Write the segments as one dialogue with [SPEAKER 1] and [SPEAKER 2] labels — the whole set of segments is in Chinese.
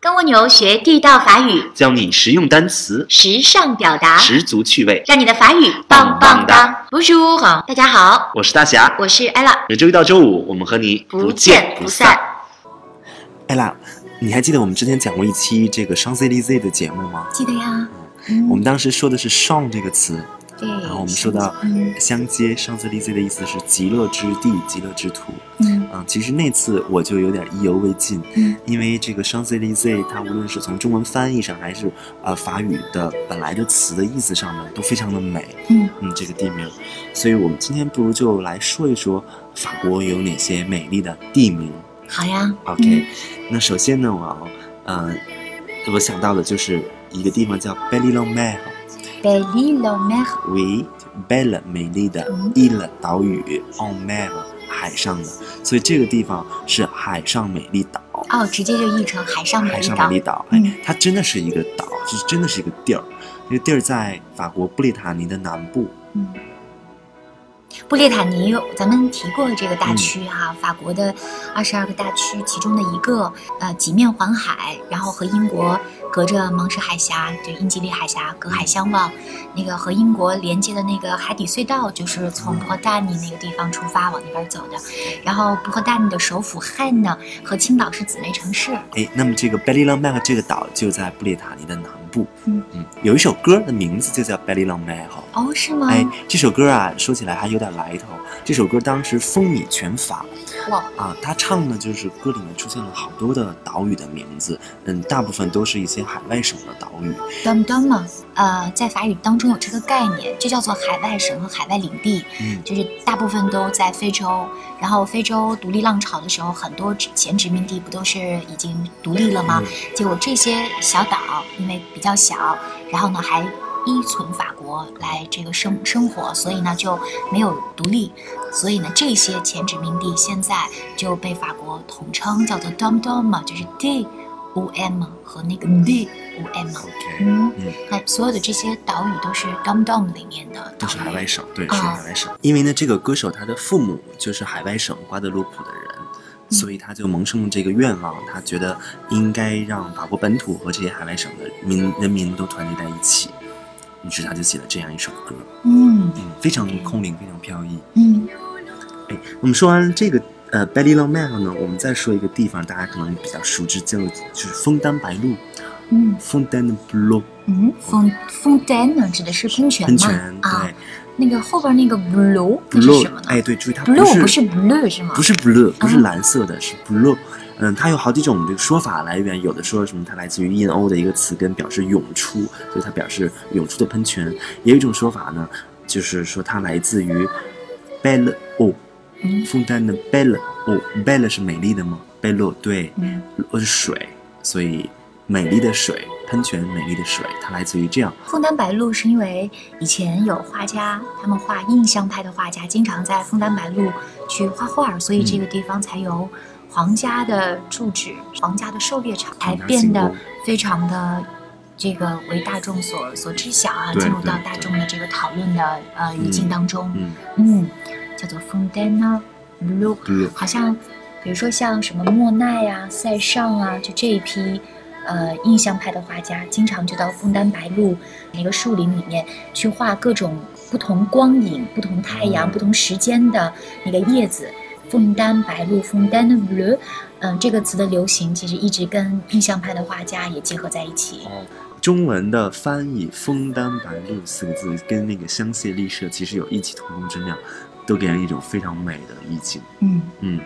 [SPEAKER 1] 跟蜗牛学地道法语，
[SPEAKER 2] 教你实用单词，
[SPEAKER 1] 时尚表达，
[SPEAKER 2] 十足趣味。
[SPEAKER 1] 让你的法语
[SPEAKER 2] 棒
[SPEAKER 1] 棒
[SPEAKER 2] 棒哒
[SPEAKER 1] 棒哒。Bonjour，大家好，
[SPEAKER 2] 我是大侠，
[SPEAKER 1] 我是 Ella，
[SPEAKER 2] 每周一到周五，我们和你
[SPEAKER 1] 不见不散。
[SPEAKER 3] 艾拉，你还记得我们之前讲过一期这个双 C D Z 的节目吗？
[SPEAKER 1] 记得呀，
[SPEAKER 3] 我们当时说的是 s h a n 这个词，
[SPEAKER 1] 对，
[SPEAKER 3] 然后我们说到
[SPEAKER 1] 嗯
[SPEAKER 3] 相接上次 D C 的意思是极乐之地、极乐之土。
[SPEAKER 1] 嗯
[SPEAKER 3] 嗯，其实那次我就有点意犹未尽，
[SPEAKER 1] 嗯
[SPEAKER 3] 因为这个 Champs Elysees 它无论是从中文翻译上，还是呃法语的本来的词的意思上呢，都非常的美。
[SPEAKER 1] 嗯
[SPEAKER 3] 嗯，这个地名，所以我们今天不如就来说一说法国有哪些美丽的地名。
[SPEAKER 1] 好呀
[SPEAKER 3] OK，、
[SPEAKER 1] 嗯
[SPEAKER 3] 那首先呢，我要呃，我想到的就是一个地方叫 b e l i l o m e r
[SPEAKER 1] ，Belle la mer，
[SPEAKER 3] 为 Belle 美丽的
[SPEAKER 1] 嗯
[SPEAKER 3] Ile 岛屿 on mer 海上的，所以这个地方是海上美丽岛。
[SPEAKER 1] 哦，直接就译成海上美
[SPEAKER 3] 海
[SPEAKER 1] 丽
[SPEAKER 3] 上
[SPEAKER 1] 岛
[SPEAKER 3] 美丽，岛，哎
[SPEAKER 1] 嗯，
[SPEAKER 3] 它真的是一个岛，就是真的是一个地儿。这个地儿在法国布列塔尼的南部，
[SPEAKER 1] 嗯。布列塔尼，咱们提过这个
[SPEAKER 3] 嗯
[SPEAKER 1] 大区哈、法国的二十二个大区其中的一个，呃，几面环海，然后和英国隔着芒什海峡，就英吉利海峡隔海相望，那个和英国连接的那个海底隧道，就是从
[SPEAKER 3] 嗯
[SPEAKER 1] 博大尼那个地方出发往那边走的。然后博大尼的首府汉呢和青岛是姊妹城市，
[SPEAKER 3] 哎，那么这个 b e l i l a m e r 这个岛就在布列塔尼的南部。
[SPEAKER 1] 嗯
[SPEAKER 3] 有一首歌的名字就叫 b e l i l a m e r
[SPEAKER 1] 哦，是吗？
[SPEAKER 3] 哎，这首歌啊，说起来还有点来头。这首歌当时风靡全法
[SPEAKER 1] 哇，
[SPEAKER 3] 啊，他唱的就是歌里面出现了好多的岛屿的名字，嗯，大部分都是一些海外省的岛屿。
[SPEAKER 1] 端端嘛，呃，在法语当中有这个概念，就叫做海外省和海外领地。
[SPEAKER 3] 嗯，
[SPEAKER 1] 就是大部分都在非洲，然后非洲独立浪潮的时候，很多之前殖民地不都是已经独立了
[SPEAKER 3] 嗯
[SPEAKER 1] 吗？结果这些小岛因为比较小，然后呢还依存法国来这个生生活，所以呢就没有独立，所以呢这些前殖民地现在就被法国统称叫做 dom dom 嘛，就是 d o m 和那个 d o m。
[SPEAKER 3] OK，
[SPEAKER 1] 嗯
[SPEAKER 3] 嗯，
[SPEAKER 1] 那所有的这些岛屿都是 dom dom 里面的岛
[SPEAKER 3] 都是海
[SPEAKER 1] 屿
[SPEAKER 3] 外省，对，
[SPEAKER 1] 啊
[SPEAKER 3] 是海外省。因为呢，这个歌手他的父母就是海外省瓜德鲁普的人。
[SPEAKER 1] 嗯
[SPEAKER 3] 所以他就萌生了这个愿望，他觉得应该让法国本土和这些海外省的民人民都团结在一起，于是他就写了这样一首歌，
[SPEAKER 1] 嗯
[SPEAKER 3] 嗯，非常空灵，非常飘逸。
[SPEAKER 1] 嗯。
[SPEAKER 3] 哎， 我们说完这个呃 b e l l y l o m a n 呢，我们再说一个地方，大家可能比较熟知，叫就是枫丹白露
[SPEAKER 1] 嗯
[SPEAKER 3] （Fontaine Bleu）
[SPEAKER 1] 嗯，fontaine 指的是喷泉
[SPEAKER 3] 喷
[SPEAKER 1] 嘛？
[SPEAKER 3] 泉，
[SPEAKER 1] 啊
[SPEAKER 3] 对，
[SPEAKER 1] 那个后边那个 blue 那是什么
[SPEAKER 3] ，Bleu，
[SPEAKER 1] 呢、
[SPEAKER 3] 哎，对，注意它
[SPEAKER 1] b l u e 不
[SPEAKER 3] 不
[SPEAKER 1] 是 blue 是吗？
[SPEAKER 3] 不是 blue，不是
[SPEAKER 1] 啊
[SPEAKER 3] 蓝色的，是 blue。嗯，它有好几种这个说法来源，有的说什么它来自于印欧的一个词根，表示涌出，所以它表示涌出的喷泉。也有一种说法呢，就是说它来自于 belle eau，
[SPEAKER 1] 嗯
[SPEAKER 3] 枫丹的 belle eau，belle 是美丽的吗？belle 对，
[SPEAKER 1] 嗯，
[SPEAKER 3] 呃是水，所以美丽的水，喷泉美丽的水，它来自于这样。
[SPEAKER 1] 枫丹白露是因为以前有画家，他们画印象派的画家，经常在枫丹白露去画画，所以这个地方才由皇家的住址、皇家的狩猎场才
[SPEAKER 3] 皇家
[SPEAKER 1] 变
[SPEAKER 3] 行
[SPEAKER 1] 得
[SPEAKER 3] 宫
[SPEAKER 1] 非常的。这个为大众所所知晓啊，
[SPEAKER 3] 对
[SPEAKER 1] 进入
[SPEAKER 3] 对
[SPEAKER 1] 到大
[SPEAKER 3] 对
[SPEAKER 1] 众的这个讨论的呃语境
[SPEAKER 3] 嗯
[SPEAKER 1] 当中，
[SPEAKER 3] 嗯
[SPEAKER 1] 嗯，叫做 Fontaine Blue，
[SPEAKER 3] ，blue
[SPEAKER 1] 好像比如说像什么莫奈啊、塞尚啊，就这一批呃印象派的画家，经常就到枫丹白露那个树林里面去画各种不同光影、不同太阳、
[SPEAKER 3] 嗯
[SPEAKER 1] 不同时间的那个叶子。枫丹白露，枫丹 bleu，嗯、这个词的流行其实一直跟印象派的画家也结合在一起。
[SPEAKER 3] 哦，中文的翻译“枫丹白露”四个字跟那个香榭丽舍其实有异曲同工之妙，都给人一种非常美的意境。
[SPEAKER 1] 嗯，
[SPEAKER 3] 嗯，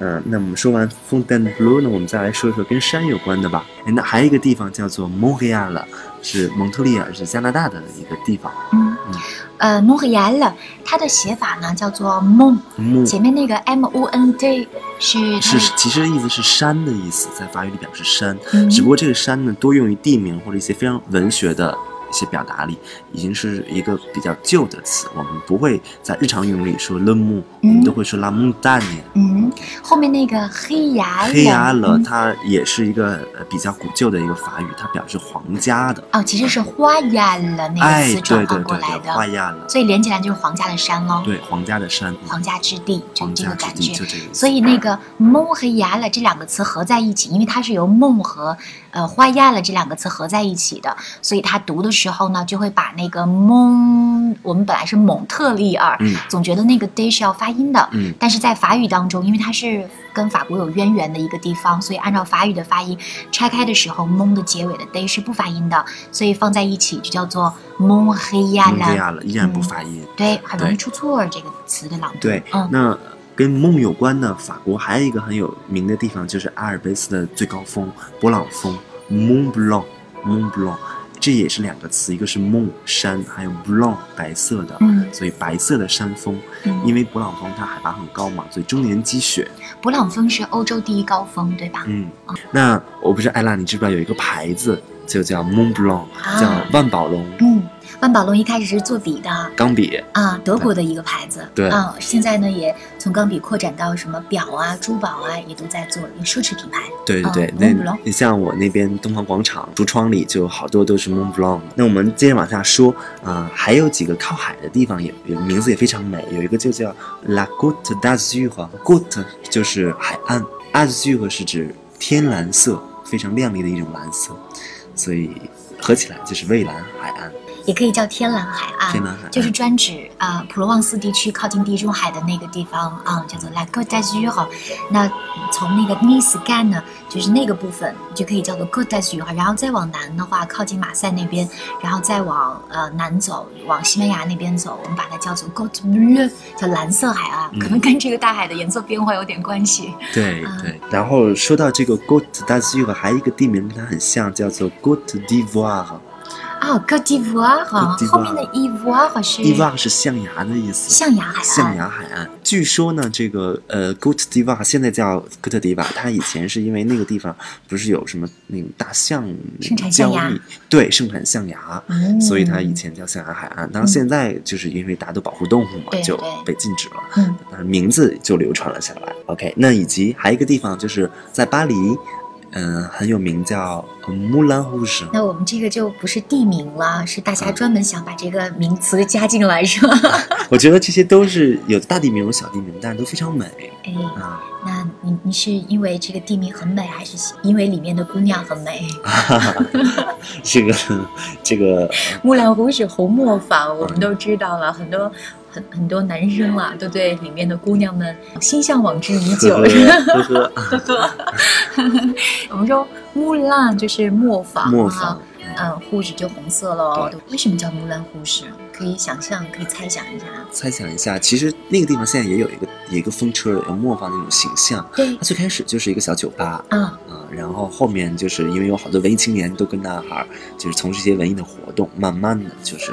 [SPEAKER 3] 呃，那我们说完枫丹 blue 呢，我们再来说一说跟山有关的吧。哎那还有一个地方叫做 Montreal，是蒙特利尔，是加拿大的一个地方。
[SPEAKER 1] 嗯
[SPEAKER 3] 嗯，
[SPEAKER 1] 呃，蒙黑亚勒，它的写法呢叫做梦，
[SPEAKER 3] 蒙
[SPEAKER 1] 前面那个 M O N D 是
[SPEAKER 3] 嗯是其实意思是山的意思，在法语里表示山，
[SPEAKER 1] 嗯
[SPEAKER 3] 只不过这个山呢多用于地名或者一些非常文学的些表达里，已经是一个比较旧的词，我们不会在日常用语里说勒木，我们都会说拉木大年。
[SPEAKER 1] 嗯，后面那个黑牙
[SPEAKER 3] 黑牙了，
[SPEAKER 1] 嗯
[SPEAKER 3] 它也是一个呃比较古旧的一个法语，它表示皇家的。
[SPEAKER 1] 哦，其实是花牙了那个
[SPEAKER 3] 哎，
[SPEAKER 1] 词
[SPEAKER 3] 对
[SPEAKER 1] 转
[SPEAKER 3] 对
[SPEAKER 1] 换过
[SPEAKER 3] 对
[SPEAKER 1] 来
[SPEAKER 3] 对，
[SPEAKER 1] 的，
[SPEAKER 3] 花亚了，
[SPEAKER 1] 所以连起来就是皇家的山喽，
[SPEAKER 3] 对皇家的山，嗯
[SPEAKER 1] 皇家之地，就是
[SPEAKER 3] 皇
[SPEAKER 1] 这
[SPEAKER 3] 家
[SPEAKER 1] 个
[SPEAKER 3] 之
[SPEAKER 1] 感
[SPEAKER 3] 地
[SPEAKER 1] 觉。
[SPEAKER 3] 就这个意思。
[SPEAKER 1] 所以那个梦和牙了这两个词合在一起，因为它是由梦和呃花亚了这两个词合在一起的，所以它读的时候呢，就会把那个蒙，我们本来是蒙特利尔，
[SPEAKER 3] 嗯
[SPEAKER 1] 总觉得那个 d 是要发音的，
[SPEAKER 3] 嗯，
[SPEAKER 1] 但是在法语当中，因为它是跟法国有渊源的一个地方，所以按照法语的发音拆开的时候，蒙的结尾的 d 是不发音的，所以放在一起就叫做蒙黑亚
[SPEAKER 3] 蒙特
[SPEAKER 1] 拉。
[SPEAKER 3] 亚了依然不
[SPEAKER 1] 嗯
[SPEAKER 3] 发音。
[SPEAKER 1] 对，很容易
[SPEAKER 3] 对
[SPEAKER 1] 出错儿这个词的朗读。
[SPEAKER 3] 对，
[SPEAKER 1] 嗯
[SPEAKER 3] 那跟梦有关的，法国还有一个很有名的地方，就是阿尔卑斯的最高峰勃朗峰 （Mont Blanc），Mont Blanc，这也是两个词，一个是梦山，还有 Blanc 白色的，
[SPEAKER 1] 嗯
[SPEAKER 3] 所以白色的山峰。
[SPEAKER 1] 嗯，
[SPEAKER 3] 因为勃朗峰它海拔很高嘛，所以终年积雪。
[SPEAKER 1] 勃朗峰是欧洲第一高峰，对吧？
[SPEAKER 3] 嗯，那我不知道艾拉，你知不知道有一个牌子就叫 Mont Blanc，、
[SPEAKER 1] 啊
[SPEAKER 3] 叫万宝龙
[SPEAKER 1] 嗯，万宝龙一开始是做笔的
[SPEAKER 3] 钢笔。
[SPEAKER 1] 啊，德国的一个牌子。
[SPEAKER 3] 对
[SPEAKER 1] 啊，现在呢也从钢笔扩展到什么表啊、珠宝啊，也都在做，有奢侈品牌。
[SPEAKER 3] 对对对
[SPEAKER 1] 啊，
[SPEAKER 3] 那
[SPEAKER 1] Mont Blanc
[SPEAKER 3] 你像我那边东方广场橱窗里就好多都是 Mont Blanc 的。那我们接着往下说，啊、还有几个靠海的地方也也名字也非常美，有一个就叫 La Côte d'Azur，Côte 就是海岸，Azur 是指天蓝色，非常亮丽的一种蓝色，所以合起来就是蔚蓝海岸，
[SPEAKER 1] 也可以叫天蓝海岸，
[SPEAKER 3] 天蓝海岸
[SPEAKER 1] 啊就是专指啊、普罗旺斯地区靠近地中海的那个地方啊、叫做 La Côte d'Azur。那从那个 Nice 干呢，就是那个部分就可以叫做 Côte d'Azur。然后再往南的话，靠近马赛那边，然后再往呃南走，往西班牙那边走，我们把它叫做 Côte Bleue，叫蓝色海岸，
[SPEAKER 3] 嗯
[SPEAKER 1] 可能跟这个大海的颜色变化有点关系。
[SPEAKER 3] 对
[SPEAKER 1] 啊
[SPEAKER 3] 对。然后说到这个 Côte d'Azur，还有一个地名跟它很像，叫做 Côte d'Ivoire。
[SPEAKER 1] 啊、c ô t e d'Ivoire，
[SPEAKER 3] Côte d'Ivoire
[SPEAKER 1] 后面的 Ivoire 是
[SPEAKER 3] Ivoire 是象牙的意思。
[SPEAKER 1] 象牙海啊岸，
[SPEAKER 3] 象牙海岸。据说呢，这个呃，Côte d'Ivoire 现在叫哥特迪瓦，它以前是因为那个地方不是有什么那种大象
[SPEAKER 1] 盛产
[SPEAKER 3] 交
[SPEAKER 1] 象
[SPEAKER 3] 易
[SPEAKER 1] 牙，
[SPEAKER 3] 对，盛产象牙。
[SPEAKER 1] 嗯
[SPEAKER 3] 所以它以前叫象牙海岸，当然现在就是因为大家都保护动物嘛，
[SPEAKER 1] 对
[SPEAKER 3] 就
[SPEAKER 1] 对
[SPEAKER 3] 被禁止了。
[SPEAKER 1] 嗯
[SPEAKER 3] 但是名字就流传了下来。OK，那以及还有一个地方就是在巴黎，嗯、很有名叫木兰湖什。
[SPEAKER 1] 那我们这个就不是地名了，是大家
[SPEAKER 3] 嗯
[SPEAKER 1] 专门想把这个名词加进来，是吧？
[SPEAKER 3] 我觉得这些都是有大地名有小地名，但是都非常美
[SPEAKER 1] 哎，
[SPEAKER 3] 啊。
[SPEAKER 1] 那你你是因为这个地名很美，还是因为里面的姑娘很美？
[SPEAKER 3] 哈哈，这个这个
[SPEAKER 1] 木兰湖是红磨坊，
[SPEAKER 3] 嗯
[SPEAKER 1] 我们都知道了，很多很很多男生啊，都对里面的姑娘们心向往之已
[SPEAKER 3] 呵
[SPEAKER 1] 久。
[SPEAKER 3] 呵
[SPEAKER 1] 是吧
[SPEAKER 3] 呵呵
[SPEAKER 1] 我们说木兰就是磨坊，
[SPEAKER 3] 磨
[SPEAKER 1] 啊
[SPEAKER 3] 坊，，
[SPEAKER 1] 嗯，护士就红色喽。为什么叫木兰护士？可以想象，可以猜想一下。
[SPEAKER 3] 猜想一下，其实那个地方现在也有一个有一个风车，有磨坊那种形象。
[SPEAKER 1] 对
[SPEAKER 3] 它，最开始就是一个小酒吧
[SPEAKER 1] 啊，
[SPEAKER 3] 啊、然后后面就是因为有好多文艺青年都跟那哈儿就是从事一些文艺的活动，慢慢的就是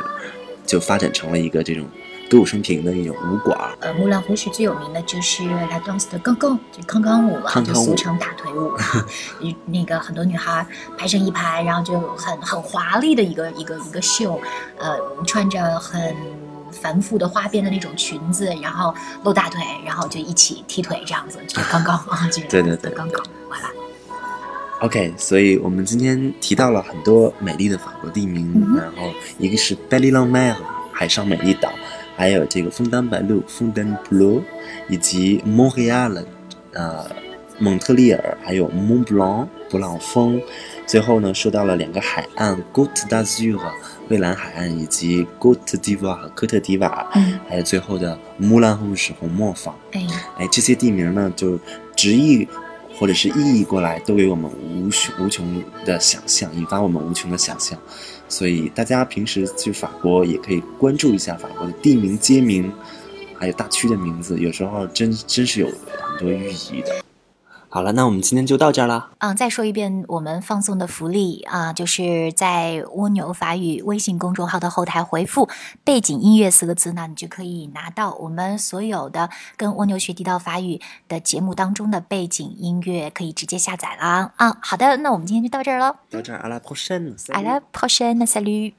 [SPEAKER 3] 就发展成了一个这种歌舞升平的一种舞馆儿。
[SPEAKER 1] 呃，木兰湖是最有名的就是来 dance 的杠杠，就康康舞了，
[SPEAKER 3] 康
[SPEAKER 1] 就
[SPEAKER 3] 康
[SPEAKER 1] 俗
[SPEAKER 3] 舞
[SPEAKER 1] 称大腿舞啊。与那个很多女孩排成一排，然后就很很华丽的一个一个一个秀，呃，穿着很繁复的花边的那种裙子，然后露大腿，然后就一起踢腿这样子，就刚刚啊，就是
[SPEAKER 3] 对对对
[SPEAKER 1] 刚刚，完了。
[SPEAKER 3] OK，所以我们今天提到了很多美丽的法国地名，
[SPEAKER 1] 嗯哼
[SPEAKER 3] 然后一个是 b e l l e l a m e r 海上美丽岛，还有这个枫丹白露 （Fontainebleau），以及 Montreal，呃，蒙特利尔，还有 Mont Blanc 勃朗峰。最后呢，说到了两个海岸 Côte d'Azur 蔚蓝海岸，以及 Côte d'Ivoire 科特迪瓦，
[SPEAKER 1] 嗯，
[SPEAKER 3] 还有最后的 Moulin Rouge 红磨坊。
[SPEAKER 1] 哎，
[SPEAKER 3] 哎，这些地名呢，就直译或者是意译过来，都给我们无穷无穷的想象，引发我们无穷的想象。所以大家平时去法国也可以关注一下法国的地名、街名，还有大区的名字，有时候真真是有很多寓意的。好了，那我们今天就到这儿啦。
[SPEAKER 1] 嗯，再说一遍，我们放送的福利啊、就是在蜗牛法语微信公众号的后台回复“背景音乐”四个字呢，你就可以拿到我们所有的跟蜗牛学地道法语的节目当中的背景音乐，可以直接下载啦。啊、好的，那我们今天就到这儿喽。
[SPEAKER 3] 到这儿，阿拉 p r o c h a i n
[SPEAKER 1] À la prochaine, salut。